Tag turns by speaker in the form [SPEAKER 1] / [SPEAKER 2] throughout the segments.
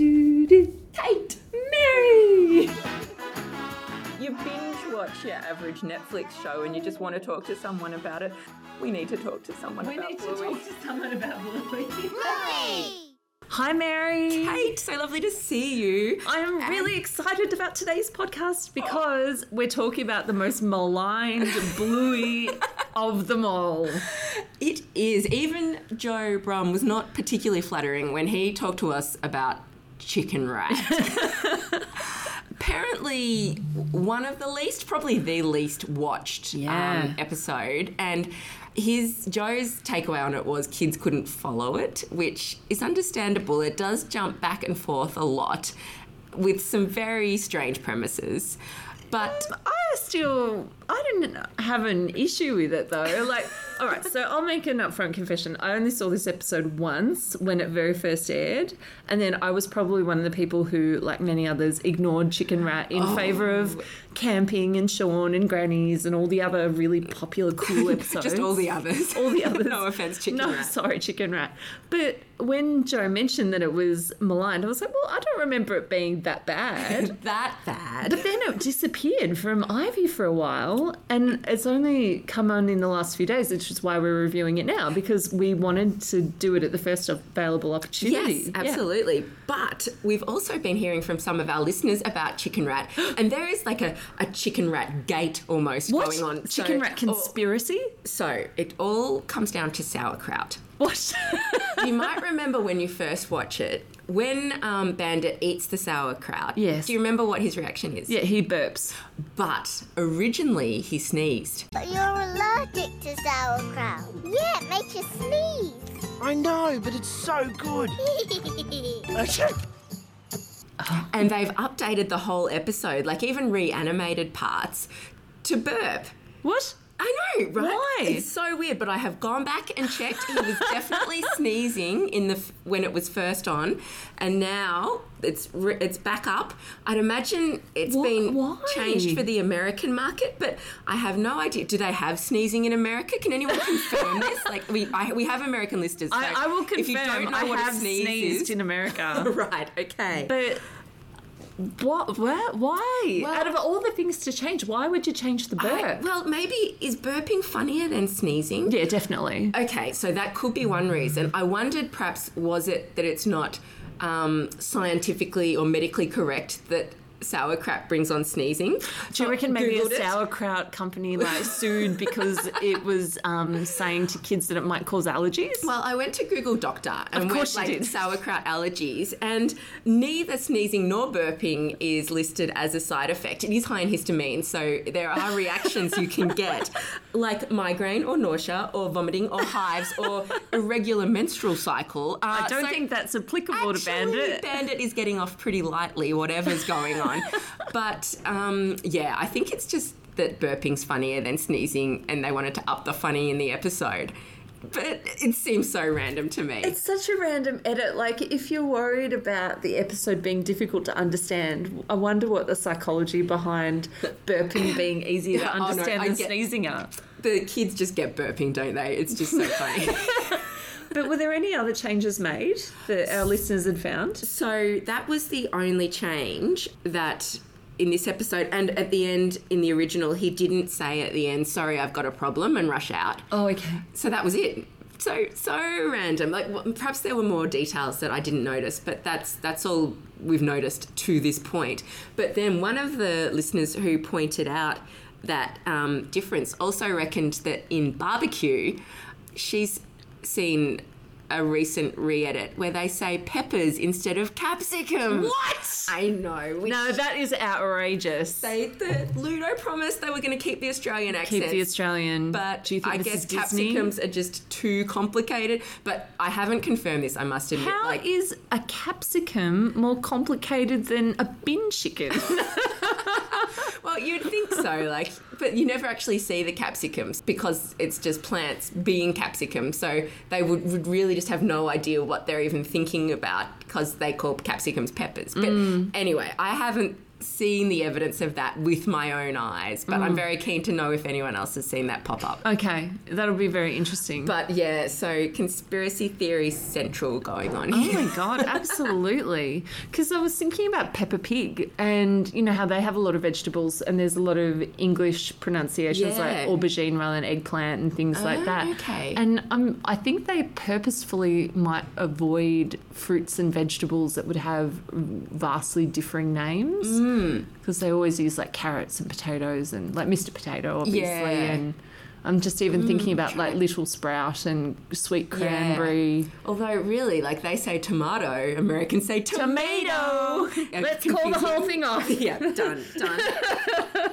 [SPEAKER 1] Kate Mary.
[SPEAKER 2] You binge watch your average Netflix show and you just want to talk to someone about it. We need to talk to someone
[SPEAKER 1] We
[SPEAKER 2] about
[SPEAKER 1] need to
[SPEAKER 2] Bluey.
[SPEAKER 1] talk to someone about Bluey.
[SPEAKER 3] Hi, Mary.
[SPEAKER 2] Kate, so lovely to see you.
[SPEAKER 3] I am really excited about today's podcast because we're talking about the most maligned bluey of them all.
[SPEAKER 1] It is. Even Joe Brum was not particularly flattering when he talked to us about chicken rat. Apparently, one of the least, probably the least watched
[SPEAKER 3] Yeah.
[SPEAKER 1] um, episode. And his Joe's takeaway on it was kids couldn't follow it, which is understandable. It does jump back and forth a lot with some very strange premises. But
[SPEAKER 3] I still, I didn't have an issue with it though. Like, all right, so I'll make an upfront confession. I only saw this episode once when it very first aired, and then I was probably one of the people who, like many others, ignored Chicken Rat
[SPEAKER 1] Oh.
[SPEAKER 3] in favour of camping and Sean and Grannies and all the other really popular cool episodes.
[SPEAKER 1] just all the others.
[SPEAKER 3] all the others.
[SPEAKER 1] no offense, chicken
[SPEAKER 3] No,
[SPEAKER 1] rat.
[SPEAKER 3] sorry, chicken rat. But when Joe mentioned that it was maligned, I was like, well, I don't remember it being that bad.
[SPEAKER 1] That bad.
[SPEAKER 3] but then it disappeared from Ivy for a while, and it's only come on in the last few days, which is why we're reviewing it now because we wanted to do it at the first available opportunity.
[SPEAKER 1] Yes,
[SPEAKER 3] Yeah.
[SPEAKER 1] absolutely. But we've also been hearing from some of our listeners about chicken rat, and there is like a, a chicken rat gate almost
[SPEAKER 3] What?
[SPEAKER 1] going on.
[SPEAKER 3] Chicken
[SPEAKER 1] So- oh.
[SPEAKER 3] rat conspiracy?
[SPEAKER 1] So it all comes down to sauerkraut.
[SPEAKER 3] What?
[SPEAKER 1] you might remember when you first watch it, when um, Bandit eats the sauerkraut.
[SPEAKER 3] Yes.
[SPEAKER 1] Do you remember what his reaction is?
[SPEAKER 3] yeah, he burps.
[SPEAKER 1] But originally he sneezed.
[SPEAKER 4] But you're allergic to sauerkraut. Yeah, it makes you
[SPEAKER 5] I know, but it's so good.
[SPEAKER 4] sneeze.
[SPEAKER 1] And they've updated the whole episode, like even reanimated parts, to burp.
[SPEAKER 3] What?
[SPEAKER 1] I know, right?
[SPEAKER 3] Why?
[SPEAKER 1] It's so weird, but I have gone back and checked. He was definitely sneezing in the f- when it was first on, and now it's re- it's back up. I'd imagine it's
[SPEAKER 3] Wha-
[SPEAKER 1] been
[SPEAKER 3] why?
[SPEAKER 1] changed for the American market, but I have no idea. Do they have sneezing in America? Can anyone confirm this? Like we I, we have American listeners. So
[SPEAKER 3] I, I will confirm
[SPEAKER 1] If you don't know
[SPEAKER 3] I
[SPEAKER 1] what
[SPEAKER 3] have
[SPEAKER 1] a sneeze
[SPEAKER 3] sneezed
[SPEAKER 1] is,
[SPEAKER 3] in America.
[SPEAKER 1] right? Okay.
[SPEAKER 3] But what? Where? Why?
[SPEAKER 1] Well-
[SPEAKER 3] Out of all the things to change, why would you change the burp?
[SPEAKER 1] I- well, maybe is burping funnier than sneezing?
[SPEAKER 3] yeah, definitely.
[SPEAKER 1] Okay, so that could be one reason. I wondered perhaps was it that it's not um, scientifically or medically correct that sauerkraut brings on sneezing?
[SPEAKER 3] Do you reckon maybe
[SPEAKER 1] Googled
[SPEAKER 3] a
[SPEAKER 1] it.
[SPEAKER 3] sauerkraut company like sued because it was um, saying to kids that it might cause allergies?
[SPEAKER 1] Well, I went to Google Doctor and
[SPEAKER 3] course
[SPEAKER 1] went
[SPEAKER 3] you
[SPEAKER 1] like
[SPEAKER 3] did.
[SPEAKER 1] sauerkraut allergies, and neither sneezing nor burping is listed as a side effect. It is high in histamine, so there are reactions you can get, like migraine or nausea or vomiting or hives or irregular menstrual cycle.
[SPEAKER 3] I
[SPEAKER 1] Uh,
[SPEAKER 3] don't
[SPEAKER 1] so-
[SPEAKER 3] think that's applicable to
[SPEAKER 1] Actually,
[SPEAKER 3] Bandit.
[SPEAKER 1] Bandit is getting off pretty lightly, whatever's going on. but um, yeah, I think it's just that burping's funnier than sneezing, and they wanted to up the funny in the episode. But it seems so random to me.
[SPEAKER 3] It's such a random edit. Like, if you're worried about the episode being difficult to understand, I wonder what the psychology behind burping being easier to
[SPEAKER 1] Oh, no,
[SPEAKER 3] understand
[SPEAKER 1] I
[SPEAKER 3] than
[SPEAKER 1] get-
[SPEAKER 3] sneezing are.
[SPEAKER 1] the kids just get burping, don't they? It's just so funny.
[SPEAKER 3] But were there any other changes made that our listeners had found?
[SPEAKER 1] so that was the only change that in this episode and at the end in the original he didn't say at the end sorry i've got a problem and rush out
[SPEAKER 3] Oh, okay.
[SPEAKER 1] so that was it. So so random. Like wh- perhaps there were more details that I didn't notice, but that's that's all we've noticed to this point. But then one of the listeners who pointed out that um, difference also reckoned that in barbecue, she's seen a recent re-edit where they say peppers instead of capsicum.
[SPEAKER 3] What?
[SPEAKER 1] I know. Which
[SPEAKER 3] No, Uh, that is outrageous.
[SPEAKER 1] they, the Ludo promised they were going to keep the Australian accent.
[SPEAKER 3] Keep the Australian.
[SPEAKER 1] But
[SPEAKER 3] do you think
[SPEAKER 1] I
[SPEAKER 3] this
[SPEAKER 1] guess
[SPEAKER 3] is Disney?
[SPEAKER 1] capsicums are just too complicated. But I haven't confirmed this. I must admit.
[SPEAKER 3] How
[SPEAKER 1] like,
[SPEAKER 3] is a capsicum more complicated than a bin chicken?
[SPEAKER 1] well, you'd think so. Like, but you never actually see the capsicums because it's just plants being capsicum. So they would, would really just have no idea
[SPEAKER 3] Mm.
[SPEAKER 1] what they're even thinking about because they call capsicums peppers. But anyway, I haven't seen the evidence of that with my own eyes, but
[SPEAKER 3] Mm.
[SPEAKER 1] I'm very keen to know if anyone else has seen that pop up.
[SPEAKER 3] Okay, that'll be very interesting.
[SPEAKER 1] But yeah, so conspiracy theory central going on
[SPEAKER 3] Oh
[SPEAKER 1] here.
[SPEAKER 3] my god, absolutely. Because I was thinking about Peppa Pig, and you know how they have a lot of vegetables, and there's a lot of English pronunciations
[SPEAKER 1] Yeah. Oh,
[SPEAKER 3] like aubergine rather than eggplant and things like that.
[SPEAKER 1] okay.
[SPEAKER 3] And um, I think they purposefully might avoid fruits and vegetables that would have vastly differing names,
[SPEAKER 1] Mm.
[SPEAKER 3] because they always use like carrots and potatoes and like Mr. Potato, obviously,
[SPEAKER 1] Yeah. Mm,
[SPEAKER 3] and. I'm just even thinking about like little sprout and sweet cranberry.
[SPEAKER 1] Although, really, like they say tomato, Americans say tomato.
[SPEAKER 3] Tomato. Let's call the whole thing off.
[SPEAKER 1] yeah, done, done.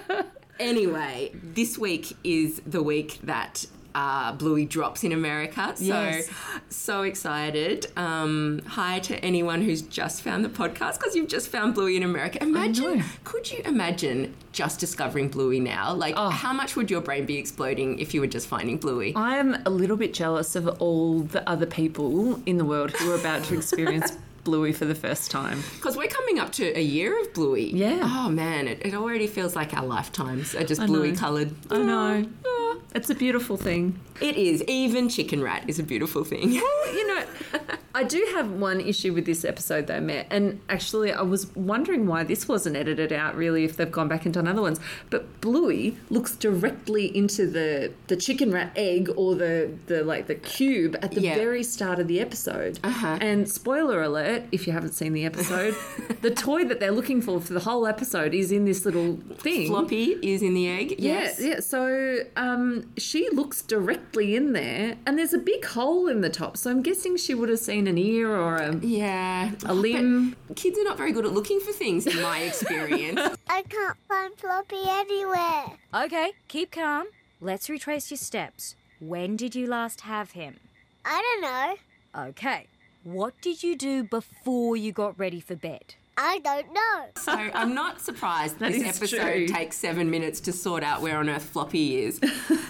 [SPEAKER 1] anyway, this week is the week that uh, Bluey drops in America. So,
[SPEAKER 3] Yes.
[SPEAKER 1] so excited. Um, hi to anyone who's just found the podcast because you've just found Bluey in America. Imagine,
[SPEAKER 3] know.
[SPEAKER 1] could you imagine just discovering Bluey now? Like, how much would your brain be exploding if you were just finding Bluey?
[SPEAKER 3] I'm a little bit jealous of all the other people in the world who are about to experience Bluey for the first time.
[SPEAKER 1] Because we're coming up to a year of Bluey.
[SPEAKER 3] Yeah.
[SPEAKER 1] Oh man, it, it already feels like our lifetimes are just bluey coloured.
[SPEAKER 3] I know. It's a beautiful thing.
[SPEAKER 1] It is. Even chicken rat is a beautiful thing.
[SPEAKER 3] You know, I do have one issue with this episode though, Matt, and actually I was wondering why this wasn't edited out really if they've gone back and done other ones. But Bluey looks directly into the the chicken rat egg or the, the like the cube at the
[SPEAKER 1] Yeah. Uh-huh.
[SPEAKER 3] very start of the episode. And spoiler alert, if you haven't seen the episode, the toy that they're looking for for the whole episode is in this little thing.
[SPEAKER 1] Floppy is in the egg.
[SPEAKER 3] Yeah,
[SPEAKER 1] Yes.
[SPEAKER 3] yeah. So um, she looks directly in there, and there's a big hole in the top. So I'm guessing she would have seen an ear or a.
[SPEAKER 1] Yeah. A
[SPEAKER 3] limb.
[SPEAKER 1] Kids are not very good at looking for things, in my experience.
[SPEAKER 4] I can't find Floppy anywhere.
[SPEAKER 6] Okay, keep calm. Let's retrace your steps. When did you last have him?
[SPEAKER 4] I don't know.
[SPEAKER 6] Okay, what did you do before you got ready for bed?
[SPEAKER 4] I don't know.
[SPEAKER 1] so I'm not surprised
[SPEAKER 3] That
[SPEAKER 1] this
[SPEAKER 3] is
[SPEAKER 1] episode
[SPEAKER 3] true.
[SPEAKER 1] takes seven minutes to sort out where on earth Floppy is.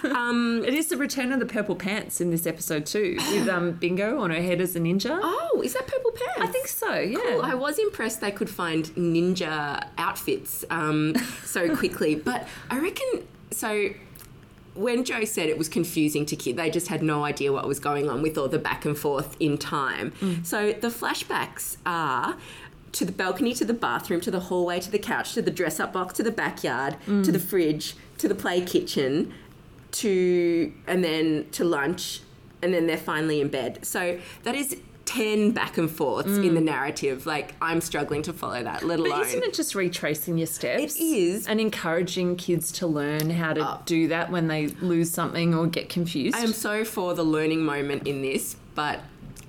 [SPEAKER 3] It is the return of the purple pants in this episode too, with um, Bingo on her head as a ninja.
[SPEAKER 1] oh, is that Purple Pants?
[SPEAKER 3] I think so. Yeah.
[SPEAKER 1] Well, I was impressed they could find ninja outfits um, so quickly, but I reckon so. When Joe said it was confusing to kids, they just had no idea what was going on with all the back and forth in time.
[SPEAKER 3] Mm.
[SPEAKER 1] So the flashbacks are to the balcony, to the bathroom, to the hallway, to the couch, to the dress up box, to the backyard,
[SPEAKER 3] Mm.
[SPEAKER 1] to the fridge, to the play kitchen, to and then to lunch and then they're finally in bed so that is 10 back and forths in the narrative like i'm struggling to follow that let
[SPEAKER 3] Mm. But
[SPEAKER 1] alone
[SPEAKER 3] isn't it just retracing your steps?
[SPEAKER 1] Oh, It is. Oh.
[SPEAKER 3] And encouraging kids to learn how to do that when they lose something or get confused.
[SPEAKER 1] i'm so for the learning moment in this but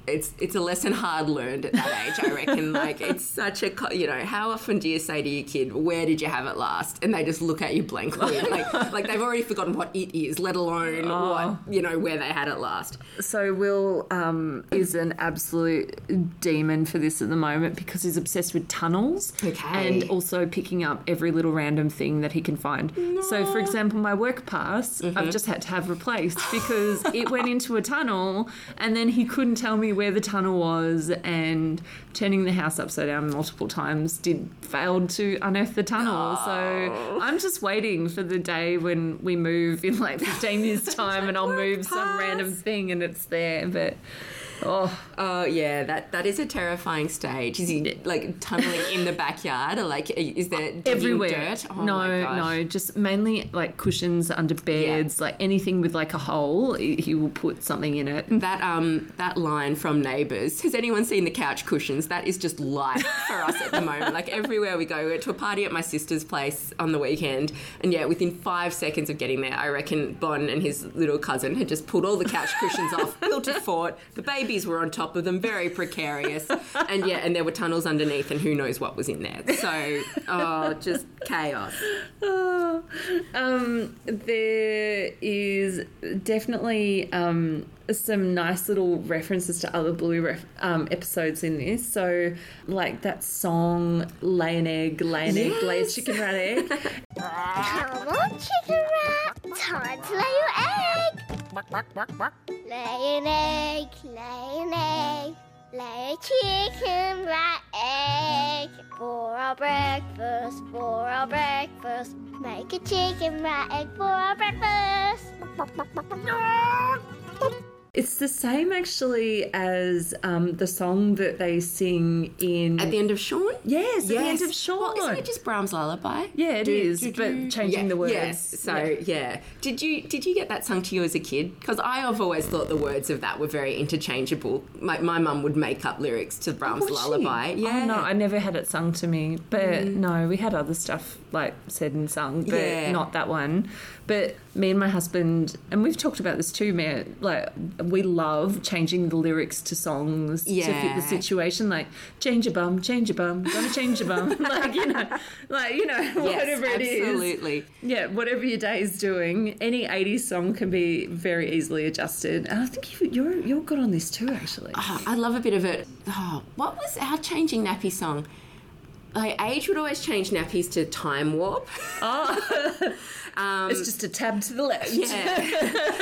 [SPEAKER 1] it's it's a lesson hard learned at that age i reckon like it's such a co- you know how often do you say to your kid where did you have it last and they just look at you blankly like like they've already forgotten what it is let alone
[SPEAKER 3] Oh.
[SPEAKER 1] what you know where they had it last
[SPEAKER 3] So Will um, is an absolute demon for this at the moment because he's obsessed with tunnels
[SPEAKER 1] Okay.
[SPEAKER 3] and also picking up every little random thing that he can find. So for example, my work pass I've just had to have replaced because it went into a tunnel and then he couldn't tell me where the tunnel was and turning the house upside down multiple times did failed to unearth the tunnel. So I'm just waiting for the day when we move in like 15 years time and I'll move some random thing and it's there. But oh,
[SPEAKER 1] Oh yeah, that that is a terrifying stage. Is he like tunneling in the backyard, or like is there digging
[SPEAKER 3] everywhere.
[SPEAKER 1] Dirt? Oh,
[SPEAKER 3] no,
[SPEAKER 1] my gosh.
[SPEAKER 3] no, just mainly like cushions under beds, like anything with like a hole, he he will put something in it.
[SPEAKER 1] That um that line from Neighbours. Has anyone seen the couch cushions? That is just life for us at the moment. Like everywhere we go, we went to a party at my sister's place on the weekend, and yeah, within five seconds of getting there, I reckon Bon and his little cousin had just pulled all the couch cushions off, built a fort. The babies were on top of them, very precarious, and yeah, and there were tunnels underneath, and who knows what was in there. So oh, just chaos.
[SPEAKER 3] um, there is definitely um, some nice little references to other Bluey ref- um, episodes in this. So, like that song, Lay an Egg, Lay an Egg, Lay a Chicken Rat Egg.
[SPEAKER 4] Come on, chicken rat. Time to lay your egg. Lay an egg, lay an egg, lay a chicken rat egg. for our breakfast, for our breakfast. Make a chicken rat egg for our breakfast.
[SPEAKER 3] It's the same actually as um, the song that they sing in.
[SPEAKER 1] At the end of Sean?
[SPEAKER 3] yes, at
[SPEAKER 1] Yes.
[SPEAKER 3] the end of Sean.
[SPEAKER 1] Well, isn't it just Brahms' lullaby?
[SPEAKER 3] yeah, it is, but changing the words.
[SPEAKER 1] Yes. So yeah. Did you did you get that sung to you as a kid? Because I have always thought the words of that were very interchangeable. My my mum would make up lyrics to Brahms'
[SPEAKER 3] Was she?
[SPEAKER 1] lullaby. Yeah. Mm.
[SPEAKER 3] Oh, no, I never had it sung to me. But no, we had other stuff like said and sung, but
[SPEAKER 1] Yeah.
[SPEAKER 3] not that one. But me and my husband, and we've talked about this too, man. Like we love changing the lyrics to songs to fit
[SPEAKER 1] Yeah.
[SPEAKER 3] the situation. Like change your bum, change your bum, gonna change your bum. like you know, like you know,
[SPEAKER 1] Yes,
[SPEAKER 3] whatever it is.
[SPEAKER 1] absolutely.
[SPEAKER 3] Yeah, whatever your day is doing, any '80s song can be very easily adjusted. And I think you, you're you're good on this too, actually.
[SPEAKER 1] Oh, I love a bit of it. Oh, what was our changing nappy song? Like age would always change nappies to time warp.
[SPEAKER 3] it's just a tab to the left.
[SPEAKER 1] Yeah.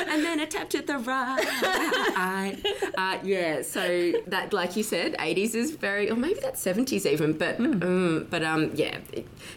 [SPEAKER 1] and then a tap to the right. Uh, yeah. So that, like you said, 80s is very, or maybe that's 70s even, but mm, but um, yeah.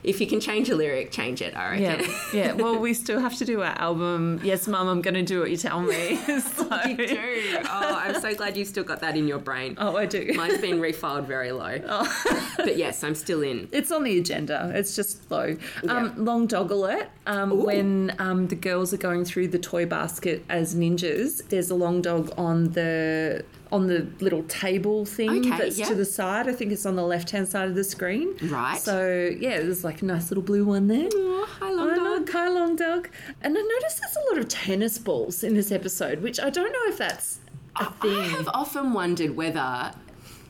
[SPEAKER 1] If you can change a lyric, change it. I reckon.
[SPEAKER 3] Yeah, yeah. Well, we still have to do our album. Yes, Mum, I'm going to do what you tell me. So-
[SPEAKER 1] you do. Oh, I'm so glad you've still got that in your brain.
[SPEAKER 3] Oh, I do.
[SPEAKER 1] Mine's been refiled very low. but yes, I'm still in.
[SPEAKER 3] It's on the agenda. It's just low. Um, long dog alert. Um, when um, the girls are going through the toy basket as ninjas, there's a long dog on the on the little table thing
[SPEAKER 1] Okay,
[SPEAKER 3] that's
[SPEAKER 1] yeah.
[SPEAKER 3] to the side. I think it's on the left hand side of the screen.
[SPEAKER 1] Right.
[SPEAKER 3] So yeah, there's like a nice little blue one there.
[SPEAKER 1] Oh, hi, long
[SPEAKER 3] I know,
[SPEAKER 1] dog.
[SPEAKER 3] Hi, long dog. And I noticed there's a lot of tennis balls in this episode, which I don't know if that's a thing.
[SPEAKER 1] Oh, I have often wondered whether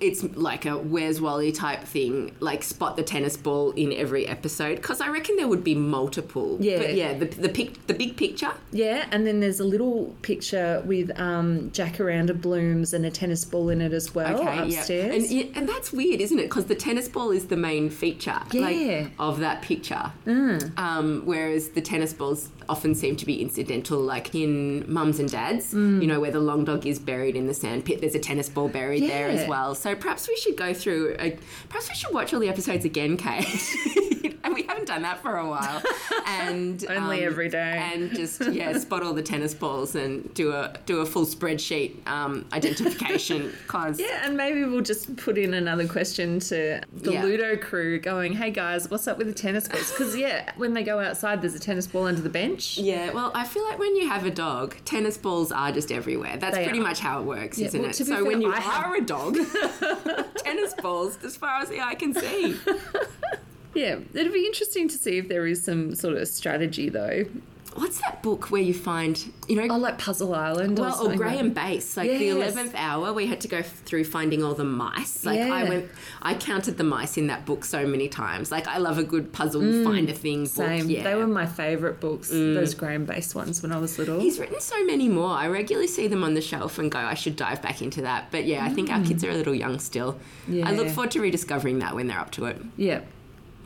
[SPEAKER 1] it's like a Where's Wally type thing, like spot the tennis ball in every episode, because I reckon there would be multiple.
[SPEAKER 3] Yeah.
[SPEAKER 1] But yeah, the, the, pic, the big picture.
[SPEAKER 3] Yeah, and then there's a little picture with um, jacaranda blooms and a tennis ball in it as well Oh, upstairs.
[SPEAKER 1] Yeah. And, and that's weird, isn't it? Because the tennis ball is the main feature
[SPEAKER 3] Yeah. Mm.
[SPEAKER 1] like, of that picture. Um, whereas the tennis balls often seem to be incidental, like in mums and dads,
[SPEAKER 3] Mm.
[SPEAKER 1] you know, where the long dog is buried in the sand pit, there's a tennis ball buried there as
[SPEAKER 3] Yeah.
[SPEAKER 1] well. So perhaps we should go through, a, perhaps we should watch all the episodes again, Kate. and we haven't done that for a while. And um,
[SPEAKER 3] Only every day.
[SPEAKER 1] And just, yeah, spot all the tennis balls and do a do a full spreadsheet um, identification. Cause
[SPEAKER 3] Yeah, and maybe we'll just put in another question to the
[SPEAKER 1] Yeah.
[SPEAKER 3] Ludo crew going, hey guys, what's up with the tennis balls? Because, yeah, when they go outside, there's a tennis ball under the bench.
[SPEAKER 1] Yeah, well, I feel like when you have a dog, tennis balls are just everywhere. That's
[SPEAKER 3] They
[SPEAKER 1] pretty
[SPEAKER 3] are.
[SPEAKER 1] much how it works, isn't
[SPEAKER 3] well,
[SPEAKER 1] it?
[SPEAKER 3] to
[SPEAKER 1] So
[SPEAKER 3] be
[SPEAKER 1] when
[SPEAKER 3] fair,
[SPEAKER 1] you
[SPEAKER 3] I have-
[SPEAKER 1] are a dog, tennis balls, as far as the eye can see.
[SPEAKER 3] Yeah, it'd be interesting to see if there is some sort of strategy, though.
[SPEAKER 1] What's that book where you find, you know,
[SPEAKER 3] Oh, like Puzzle Island or
[SPEAKER 1] well, or
[SPEAKER 3] something.
[SPEAKER 1] Graham Base, like the
[SPEAKER 3] Yes.
[SPEAKER 1] eleventh hour, we had to go through finding all the mice. Like I
[SPEAKER 3] Yeah.
[SPEAKER 1] went, I counted the mice in that book so many times. Like I love a good puzzle find a thing book.
[SPEAKER 3] Mm, Same.
[SPEAKER 1] Yeah. Mm.
[SPEAKER 3] They were my favourite books, those Graham based ones when I was little.
[SPEAKER 1] He's written so many more. I regularly see them on the shelf and go, I should dive back into that. But yeah, I think our kids are a little young still. I look
[SPEAKER 3] Yeah.
[SPEAKER 1] forward to rediscovering that when they're up to it.
[SPEAKER 3] yeah.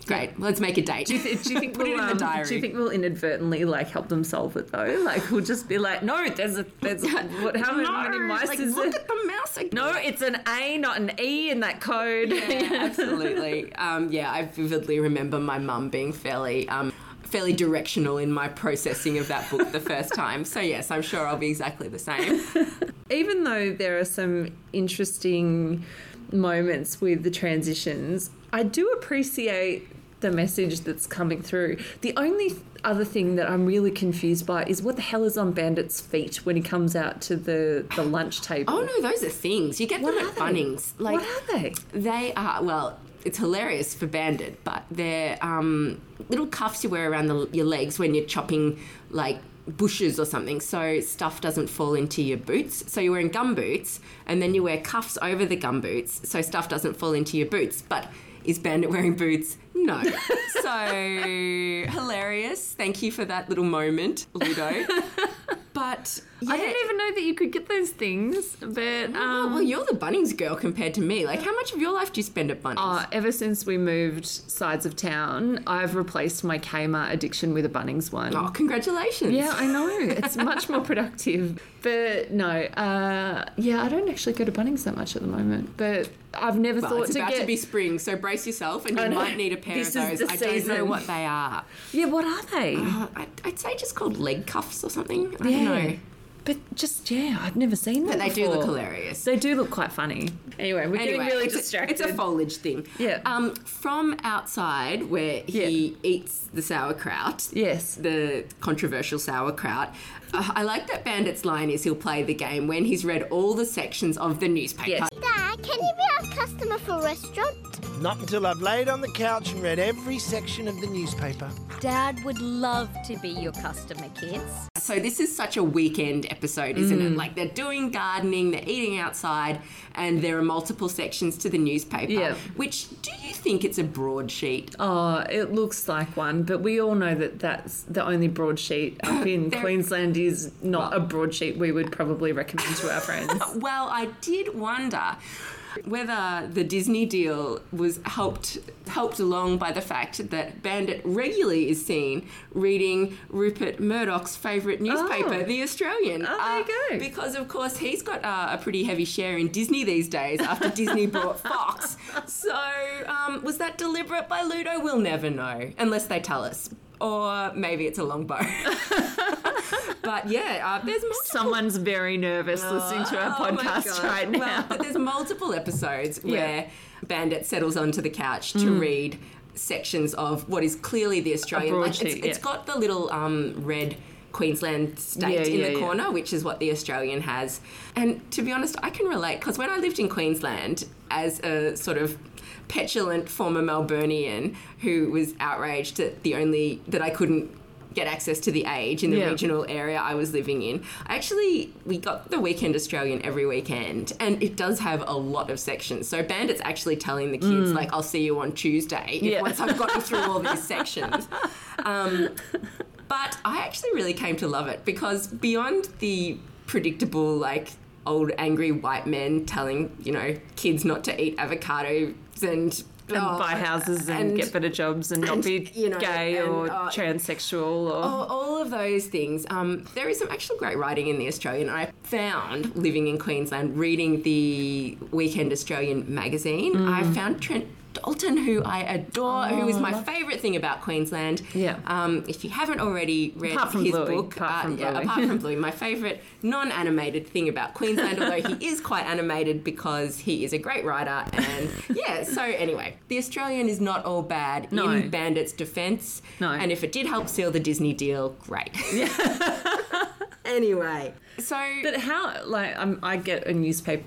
[SPEAKER 1] Great. Let's make a date.
[SPEAKER 3] Do you, thi- do you think
[SPEAKER 1] Put it
[SPEAKER 3] we'll,
[SPEAKER 1] in the
[SPEAKER 3] um,
[SPEAKER 1] diary.
[SPEAKER 3] Do you think we'll inadvertently like help them solve it though? Like we'll just be like, no, there's a there's a, what? How many
[SPEAKER 1] No,
[SPEAKER 3] mice
[SPEAKER 1] like,
[SPEAKER 3] is
[SPEAKER 1] look
[SPEAKER 3] it?
[SPEAKER 1] at the mouse again.
[SPEAKER 3] no, it's an A, not an E in that code.
[SPEAKER 1] Yeah, absolutely. Um, yeah, I vividly remember my mum being fairly. Um, fairly directional in my processing of that book the first time. So yes, I'm sure I'll be exactly the same.
[SPEAKER 3] Even though there are some interesting moments with the transitions, I do appreciate the message that's coming through. The only other thing that I'm really confused by is what the hell is on Bandit's feet when he comes out to the the lunch table.
[SPEAKER 1] Oh no, those are things. You get
[SPEAKER 3] What
[SPEAKER 1] them
[SPEAKER 3] are
[SPEAKER 1] at
[SPEAKER 3] they?
[SPEAKER 1] Bunnings. Like
[SPEAKER 3] what are they?
[SPEAKER 1] They are well. It's hilarious for Bandit, but they're um, little cuffs you wear around the, your legs when you're chopping like bushes or something, so stuff doesn't fall into your boots. So you're wearing gum boots, and then you wear cuffs over the gum boots, so stuff doesn't fall into your boots. But is Bandit wearing boots? No. so hilarious. Thank you for that little moment, Ludo. But
[SPEAKER 3] I didn't even know that you could get those things, but
[SPEAKER 1] Oh,
[SPEAKER 3] um,
[SPEAKER 1] well, you're the Bunnings girl compared to me. Like, how much of your life do you spend at Bunnings?
[SPEAKER 3] uh, ever since we moved sides of town, I've replaced my Kmart addiction with a Bunnings one.
[SPEAKER 1] oh, congratulations.
[SPEAKER 3] Yeah, I know. It's much more productive. But no, uh, yeah, I don't actually go to Bunnings that much at the moment. But I've never
[SPEAKER 1] Well,
[SPEAKER 3] thought
[SPEAKER 1] it's
[SPEAKER 3] to
[SPEAKER 1] about
[SPEAKER 3] get.
[SPEAKER 1] to be spring, so brace yourself, and
[SPEAKER 3] I
[SPEAKER 1] you
[SPEAKER 3] know.
[SPEAKER 1] might need a pair
[SPEAKER 3] This
[SPEAKER 1] of
[SPEAKER 3] is
[SPEAKER 1] those.
[SPEAKER 3] the
[SPEAKER 1] I don't know
[SPEAKER 3] season.
[SPEAKER 1] what they are.
[SPEAKER 3] Yeah, what are they?
[SPEAKER 1] Uh, I- I'd say just called leg cuffs or something. I
[SPEAKER 3] yeah.
[SPEAKER 1] don't know.
[SPEAKER 3] But just yeah, I've never seen them.
[SPEAKER 1] But they do
[SPEAKER 3] before.
[SPEAKER 1] look hilarious.
[SPEAKER 3] They do look quite funny. Anyway, we're
[SPEAKER 1] Anyway,
[SPEAKER 3] getting really
[SPEAKER 1] it's a-
[SPEAKER 3] distracted.
[SPEAKER 1] it's a foliage thing.
[SPEAKER 3] Yeah.
[SPEAKER 1] Um, from outside where he eats the sauerkraut.
[SPEAKER 3] Yes.
[SPEAKER 1] The controversial sauerkraut. Uh, I like that Bandit's line is he'll play the game when he's read all the sections of the newspaper.
[SPEAKER 3] Yes.
[SPEAKER 4] Dad, can you be our customer for restaurant?
[SPEAKER 5] Not until I've laid on the couch and read every section of the newspaper.
[SPEAKER 6] Dad would love to be your customer, kids.
[SPEAKER 1] So this is such a weekend episode, isn't it? Like they're doing gardening, they're eating outside, and there are multiple sections to the newspaper.
[SPEAKER 3] Yeah.
[SPEAKER 1] Which do you think it's a broadsheet?
[SPEAKER 3] Oh, it looks like one, but we all know that that's the only broadsheet up in Queensland is not a broadsheet we would probably recommend to our friends.
[SPEAKER 1] Well, I did wonder whether the Disney deal was helped helped along by the fact that Bandit regularly is seen reading Rupert Murdoch's favourite newspaper,
[SPEAKER 3] Oh.
[SPEAKER 1] The Australian. Uh,
[SPEAKER 3] Oh, there you go.
[SPEAKER 1] Because of course he's got uh, a pretty heavy share in Disney these days after Disney bought Fox. So um, was that deliberate by Ludo? We'll never know unless they tell us. Or maybe it's a long bow. but yeah, uh, there's multiple
[SPEAKER 3] Someone's very nervous listening to our
[SPEAKER 1] Oh my
[SPEAKER 3] podcast
[SPEAKER 1] God.
[SPEAKER 3] right now.
[SPEAKER 1] Well, but there's multiple episodes
[SPEAKER 3] Yeah. Mm.
[SPEAKER 1] where Bandit settles onto the couch to read sections of what is clearly the Australian. it's,
[SPEAKER 3] broadsheet,
[SPEAKER 1] it's
[SPEAKER 3] yeah.
[SPEAKER 1] got the little um, red Queensland state
[SPEAKER 3] Yeah,
[SPEAKER 1] in
[SPEAKER 3] yeah,
[SPEAKER 1] the
[SPEAKER 3] yeah.
[SPEAKER 1] corner, which is what the Australian has. And to be honest, I can relate because when I lived in Queensland as a sort of petulant former Melburnian who was outraged that the only that I couldn't get access to the age in the
[SPEAKER 3] Yeah.
[SPEAKER 1] regional rural area I was living in. I actually we got the Weekend Australian every weekend, and it does have a lot of sections. So Bandit's actually telling the kids like, "I'll see you on Tuesday." if-
[SPEAKER 3] Mm. Yeah.
[SPEAKER 1] Once I've gotten through all these sections. Um, but I actually really came to love it because beyond the predictable like old angry white men telling you know kids not to eat avocados and.
[SPEAKER 3] and
[SPEAKER 1] oh,
[SPEAKER 3] buy houses and,
[SPEAKER 1] and-
[SPEAKER 3] get better jobs and not be
[SPEAKER 1] you know,
[SPEAKER 3] gay
[SPEAKER 1] and,
[SPEAKER 3] or
[SPEAKER 1] uh, oh.
[SPEAKER 3] transsexual or
[SPEAKER 1] all, all of those things. Um, there is some actually great writing in the Australian. I found living in Queensland, reading the Weekend Australian magazine. I
[SPEAKER 3] Mm.
[SPEAKER 1] found Trent Dalton, who I adore, who is my favourite thing about Queensland.
[SPEAKER 3] Oh. Yeah.
[SPEAKER 1] Um, if you haven't already read
[SPEAKER 3] Apart from
[SPEAKER 1] his
[SPEAKER 3] Bluey,
[SPEAKER 1] book, uh,
[SPEAKER 3] apart from
[SPEAKER 1] yeah,
[SPEAKER 3] Bluey.
[SPEAKER 1] apart from Blue, my favourite non-animated thing about Queensland, although he is quite animated because he is a great writer. And yeah, so anyway, the Australian is not all bad
[SPEAKER 3] No.
[SPEAKER 1] in Bandit's defence.
[SPEAKER 3] No.
[SPEAKER 1] And if it did help seal the Disney deal, great. anyway, so
[SPEAKER 3] But how, like, um, I get a newspaper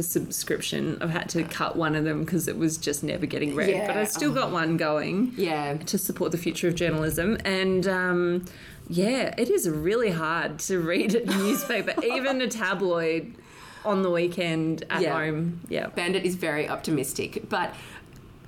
[SPEAKER 3] subscription. I've had to cut one of them because it was just never getting read.
[SPEAKER 1] Yeah, uh-huh.
[SPEAKER 3] But I still got one going
[SPEAKER 1] yeah,
[SPEAKER 3] to support the future of journalism. And um, yeah, it is really hard to read a newspaper, even a tabloid on the weekend at
[SPEAKER 1] Yeah.
[SPEAKER 3] home. Yeah.
[SPEAKER 1] Bandit is very optimistic, but.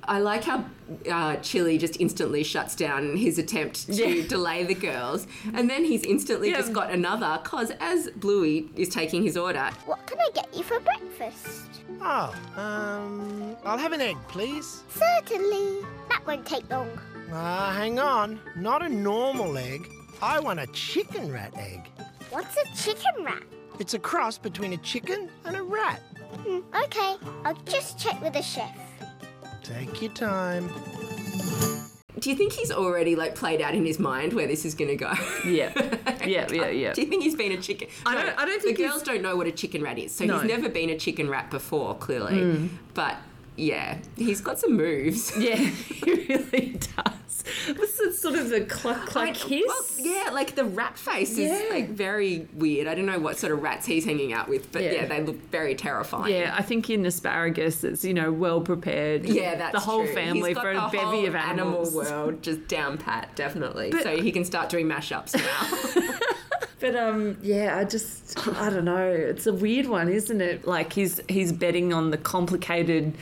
[SPEAKER 1] I like how uh, Chili just instantly shuts down his attempt to
[SPEAKER 3] Yeah.
[SPEAKER 1] delay the girls, and then he's instantly
[SPEAKER 3] Yeah.
[SPEAKER 1] just got another. Cause as Bluey is taking his order,
[SPEAKER 4] What can I get you for breakfast?
[SPEAKER 5] Oh, um, I'll have an egg, please.
[SPEAKER 4] Certainly. That won't take long.
[SPEAKER 5] Ah, hang on. Not a normal egg. I want a chicken rat egg.
[SPEAKER 4] What's a chicken wrap?
[SPEAKER 5] It's a cross between a chicken and a rat.
[SPEAKER 4] Hmm, okay, I'll just check with the chef.
[SPEAKER 5] Take your time.
[SPEAKER 1] do you think he's already like played out in his mind where this is going to go?
[SPEAKER 3] Yeah. Yeah, yeah, yeah.
[SPEAKER 1] Do you think he's been a chicken?
[SPEAKER 3] I don't- I don't think
[SPEAKER 1] the
[SPEAKER 3] he's-
[SPEAKER 1] girls don't know what a chicken rat is, so
[SPEAKER 3] No. Hmm.
[SPEAKER 1] he's never been a chicken rat before, clearly. But yeah, he's got some moves.
[SPEAKER 3] Yeah, it really does. What's the sort of the cluck cluck hiss?
[SPEAKER 1] Well, yeah, like the rat face
[SPEAKER 3] Yeah.
[SPEAKER 1] is like very weird. I don't know what sort of rats he's hanging out with, but
[SPEAKER 3] Yeah.
[SPEAKER 1] yeah, they look very terrifying.
[SPEAKER 3] Yeah, I think in asparagus, it's you know well prepared.
[SPEAKER 1] Yeah, that's
[SPEAKER 3] the whole
[SPEAKER 1] true.
[SPEAKER 3] family
[SPEAKER 1] He's got
[SPEAKER 3] for
[SPEAKER 1] the
[SPEAKER 3] a bevy
[SPEAKER 1] whole
[SPEAKER 3] of animals.
[SPEAKER 1] Animal world just down pat, definitely. so he can start doing mashups now.
[SPEAKER 3] But um, yeah, I just I don't know. It's a weird one, isn't it? Like he's he's betting on the complicated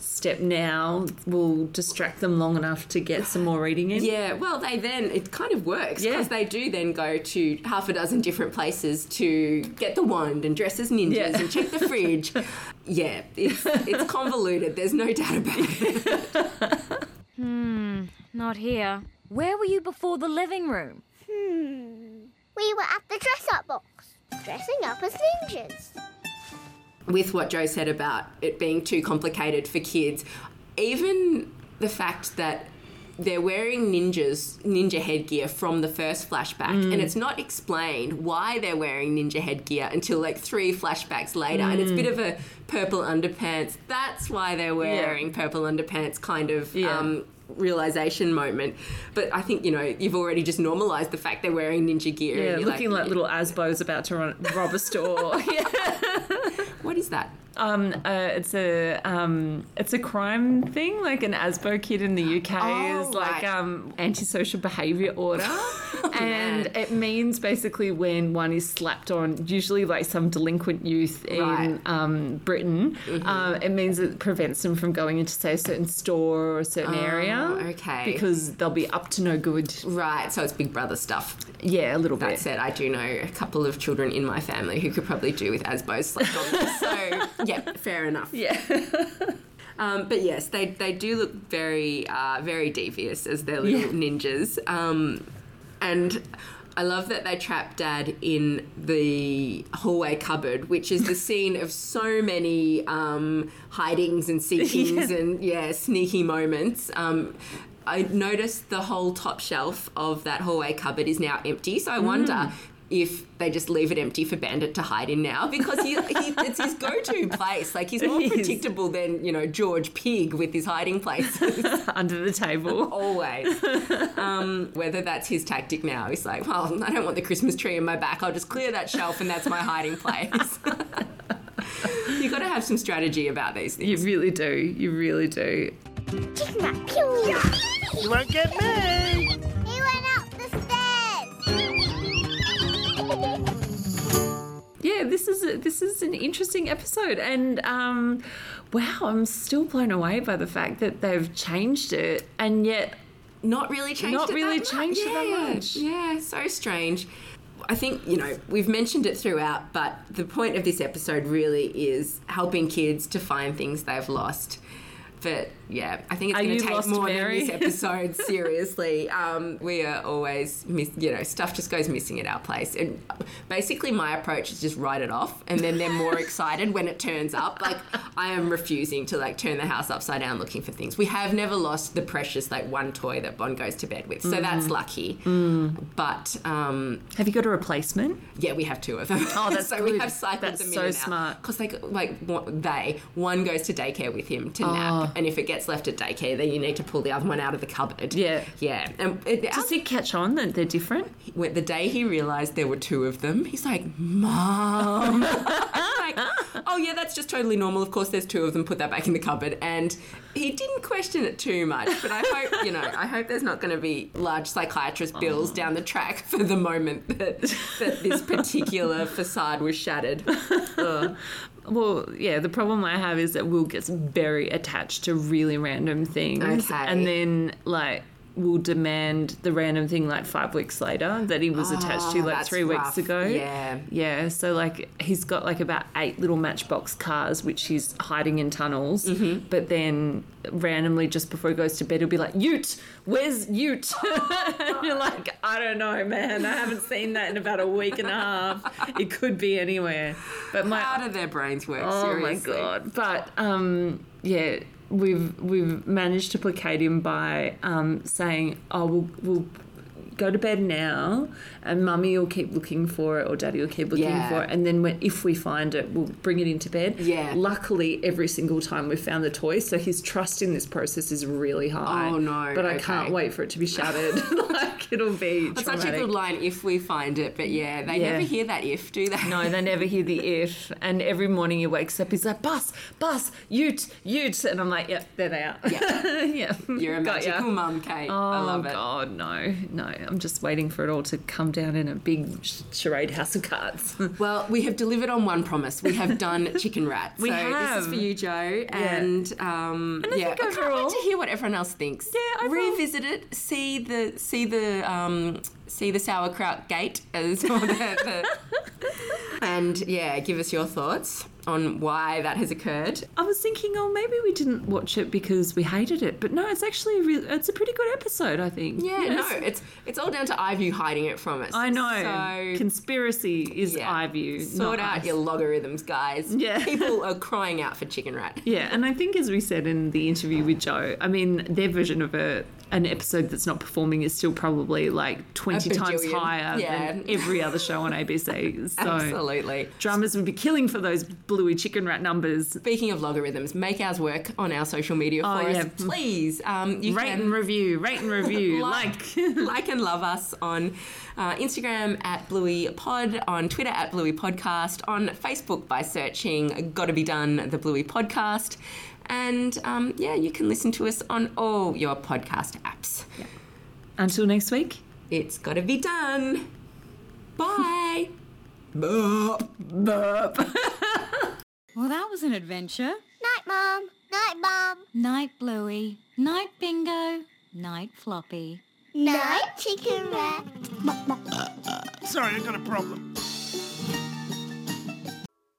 [SPEAKER 3] step now will distract them long enough to get some more reading in.
[SPEAKER 1] Yeah, well, they then, it kind of works
[SPEAKER 3] Yeah.
[SPEAKER 1] because they do then go to half a dozen different places to get the wand and dress as ninjas
[SPEAKER 3] Yeah.
[SPEAKER 1] and check the fridge. yeah, it's, it's convoluted. There's no doubt about it.
[SPEAKER 6] Not here. Where were you before the living room?
[SPEAKER 4] We were at the dress up box, dressing up as ninjas.
[SPEAKER 1] With what Joe said about it being too complicated for kids, even the fact that they're wearing ninjas ninja headgear from the first flashback
[SPEAKER 3] Mm.
[SPEAKER 1] and it's not explained why they're wearing ninja headgear until like three flashbacks later and it's a bit of a purple underpants that's why they're wearing purple underpants kind of
[SPEAKER 3] Yeah.
[SPEAKER 1] um, realization moment but i think you know you've already just normalized the fact they're wearing ninja gear
[SPEAKER 3] Yeah,
[SPEAKER 1] and you're
[SPEAKER 3] looking like, little Asbo's about to run, rob a store. yeah.
[SPEAKER 1] what is that
[SPEAKER 3] Um, uh, it's a um, it's a crime thing. Like an Asbo kid in the UK
[SPEAKER 1] Oh,
[SPEAKER 3] is like
[SPEAKER 1] right. Oh,
[SPEAKER 3] um, antisocial behaviour order, and
[SPEAKER 1] man.
[SPEAKER 3] it means basically when one is slapped on, usually like some delinquent youth in
[SPEAKER 1] Right. Mm-hmm.
[SPEAKER 3] um, Britain. Um, it means it prevents them from going into say a certain store or a certain area.
[SPEAKER 1] Oh, okay.
[SPEAKER 3] because they'll be up to no good.
[SPEAKER 1] right so it's big brother stuff
[SPEAKER 3] Yeah, a little
[SPEAKER 1] That
[SPEAKER 3] bit.
[SPEAKER 1] said, I do know a couple of children in my family who could probably do with Asbo's slapped on them. So, yeah, fair enough. Yeah. um, but yes, they, they do look very, uh, very devious as their little ninjas. Um, and I love that they trap Dad in the hallway cupboard, which is the scene of so many um, hidings and seekings and yeah, sneaky moments. Um, I noticed the whole top shelf of that hallway cupboard is now empty, so I
[SPEAKER 3] Hmm.
[SPEAKER 1] wonder. If they just leave it empty for Bandit to hide in now, because he, he, it's his go-to place. Like he's more
[SPEAKER 3] It is.
[SPEAKER 1] predictable than you know George Pig with his hiding places
[SPEAKER 3] Under the table.
[SPEAKER 1] always. um, whether that's his tactic now, he's like, well, I don't want the Christmas tree in my back. I'll just clear that shelf and that's my hiding place. you got to have some strategy about these things.
[SPEAKER 3] You really do. You really do.
[SPEAKER 4] Chicken up, pew!
[SPEAKER 5] You won't get me!
[SPEAKER 4] He went up the stairs!
[SPEAKER 3] yeah, this is a, this is an interesting episode, and um, wow, I'm still blown away by the fact that they've changed it, and yet
[SPEAKER 1] Not really changed.
[SPEAKER 3] Not
[SPEAKER 1] it
[SPEAKER 3] really
[SPEAKER 1] that
[SPEAKER 3] changed
[SPEAKER 1] much.
[SPEAKER 3] it that
[SPEAKER 1] Yeah,
[SPEAKER 3] much.
[SPEAKER 1] Yeah, so strange. I think you know we've mentioned it throughout, but the point of this episode really is helping kids to find things they've lost. But yeah, I think it's
[SPEAKER 3] Are
[SPEAKER 1] going
[SPEAKER 3] you
[SPEAKER 1] to take
[SPEAKER 3] lost,
[SPEAKER 1] more
[SPEAKER 3] Mary?
[SPEAKER 1] than this episode seriously. Um, we are always, miss, you know, stuff just goes missing at our place. And basically, my approach is just write it off, and then they're more excited when it turns up. Like I am refusing to like turn the house upside down looking for things. We have never lost the precious like one toy that Bon goes to bed with, so
[SPEAKER 3] Mm.
[SPEAKER 1] that's lucky. But um,
[SPEAKER 3] have you got a replacement?
[SPEAKER 1] yeah, we have two of them.
[SPEAKER 3] Oh, that's
[SPEAKER 1] so we
[SPEAKER 3] good.
[SPEAKER 1] have cycled
[SPEAKER 3] That's
[SPEAKER 1] them in
[SPEAKER 3] so
[SPEAKER 1] and
[SPEAKER 3] smart.
[SPEAKER 1] Because they go- like one- they one goes to daycare with him to
[SPEAKER 3] Oh.
[SPEAKER 1] nap, and if it gets left at daycare, then you need to pull the other one out of the cupboard.
[SPEAKER 3] Yeah.
[SPEAKER 1] yeah. And it,
[SPEAKER 3] Does it catch on that they're different?
[SPEAKER 1] when- the day he realised there were two of them, he's like, "Mom." I'm like, oh yeah, that's just totally normal. Of course, there's two of them. Put that back in the cupboard. And he didn't question it too much. But I hope you know. I hope there's not going to be large psychiatrist bills
[SPEAKER 3] Oh.
[SPEAKER 1] down the track for the moment that that this particular facade was shattered.
[SPEAKER 3] Well, yeah, the problem I have is that Will gets very attached to really random things,
[SPEAKER 1] Okay.
[SPEAKER 3] and then like will demand the random thing like five weeks later that he was attached to
[SPEAKER 1] Oh,
[SPEAKER 3] like
[SPEAKER 1] that's
[SPEAKER 3] three
[SPEAKER 1] rough.
[SPEAKER 3] weeks ago.
[SPEAKER 1] Yeah.
[SPEAKER 3] Yeah, so like he's got like about eight little matchbox cars which he's hiding in tunnels,
[SPEAKER 1] Mm-hmm.
[SPEAKER 3] but then randomly just before he goes to bed he'll be like, "Ute, where's Ute?" and you're like, "I don't know, man. I haven't seen that in about a week and a half. It could be anywhere." But my
[SPEAKER 1] How do their brains work?
[SPEAKER 3] oh
[SPEAKER 1] seriously.
[SPEAKER 3] my god! But um, yeah, we've we've managed to placate him by um, saying, "Oh, we'll, we'll go to bed now, and Mummy will keep looking for it, or Daddy will keep looking
[SPEAKER 1] Yeah.
[SPEAKER 3] for it, and then when, if we find it, we'll bring it into bed."
[SPEAKER 1] Yeah.
[SPEAKER 3] Luckily, every single time we've found the toy, so his trust in this process is really high.
[SPEAKER 1] Oh, no,
[SPEAKER 3] But I
[SPEAKER 1] okay.
[SPEAKER 3] can't wait for it to be shattered. like it'll be.
[SPEAKER 1] It's such a
[SPEAKER 3] traumatic.
[SPEAKER 1] good line. If we find it, but yeah, they
[SPEAKER 3] Yeah.
[SPEAKER 1] never hear that. If do they?
[SPEAKER 3] No, they never hear the if. And every morning he wakes up, he's like, bus, bus, ute, ute. And I'm like, yep, there they are.
[SPEAKER 1] Yeah.
[SPEAKER 3] yeah.
[SPEAKER 1] You're a
[SPEAKER 3] Got ya.
[SPEAKER 1] magical mum, Kate. I
[SPEAKER 3] Oh,
[SPEAKER 1] love it.
[SPEAKER 3] God, no, no. I'm just waiting for it all to come down in a big sh- charade house of cards.
[SPEAKER 1] Well, we have delivered on one promise. We have done chicken rats.
[SPEAKER 3] We
[SPEAKER 1] so
[SPEAKER 3] have.
[SPEAKER 1] this is for you, Joe. And um,
[SPEAKER 3] think
[SPEAKER 1] yeah, I can't
[SPEAKER 3] overall-
[SPEAKER 1] wait to hear what everyone else thinks.
[SPEAKER 3] Yeah, overall-
[SPEAKER 1] revisit it. See the see the um, see the sauerkraut gate as well. the- the- and yeah, give us your thoughts on why that has occurred.
[SPEAKER 3] I was thinking, oh, maybe we didn't watch it because we hated it, but no, it's actually a real, it's a pretty good episode, I think.
[SPEAKER 1] Yeah,
[SPEAKER 3] You know,
[SPEAKER 1] no,
[SPEAKER 3] it's-
[SPEAKER 1] it's it's all down to Ivy hiding it from us.
[SPEAKER 3] I know.
[SPEAKER 1] So
[SPEAKER 3] Conspiracy is
[SPEAKER 1] yeah.
[SPEAKER 3] eye view.
[SPEAKER 1] sort
[SPEAKER 3] not
[SPEAKER 1] out
[SPEAKER 3] us.
[SPEAKER 1] your logarithms, guys.
[SPEAKER 3] Yeah.
[SPEAKER 1] people are crying out for chicken rat.
[SPEAKER 3] Yeah, and I think as we said in the interview with Joe, I mean, their version of a an episode that's not performing is still probably like twenty
[SPEAKER 1] A
[SPEAKER 3] times
[SPEAKER 1] bajillion.
[SPEAKER 3] higher than
[SPEAKER 1] Yeah.
[SPEAKER 3] every other show on ABC. So
[SPEAKER 1] Absolutely.
[SPEAKER 3] dramas would be killing for those bluey chicken rat numbers.
[SPEAKER 1] Speaking of logarithms, make ours work on our social media for
[SPEAKER 3] Oh,
[SPEAKER 1] us,
[SPEAKER 3] yeah.
[SPEAKER 1] please. Um, you
[SPEAKER 3] Rate
[SPEAKER 1] can
[SPEAKER 3] and review, rate and review, like.
[SPEAKER 1] like and love us on uh, Instagram at Bluey Pod, on Twitter at Bluey Podcast, on Facebook by searching Gotta Be Done the Bluey Podcast. And um, yeah, you can listen to us on all your podcast apps.
[SPEAKER 3] Until next week.
[SPEAKER 1] It's Gotta Be Done. Bye. Bye.
[SPEAKER 7] Well, that was an adventure.
[SPEAKER 4] Night, Mom. Night, Mom.
[SPEAKER 7] Night Bluey, night Bingo, night Floppy.
[SPEAKER 4] Night, Chicken Rat.
[SPEAKER 5] Sorry, I got a problem.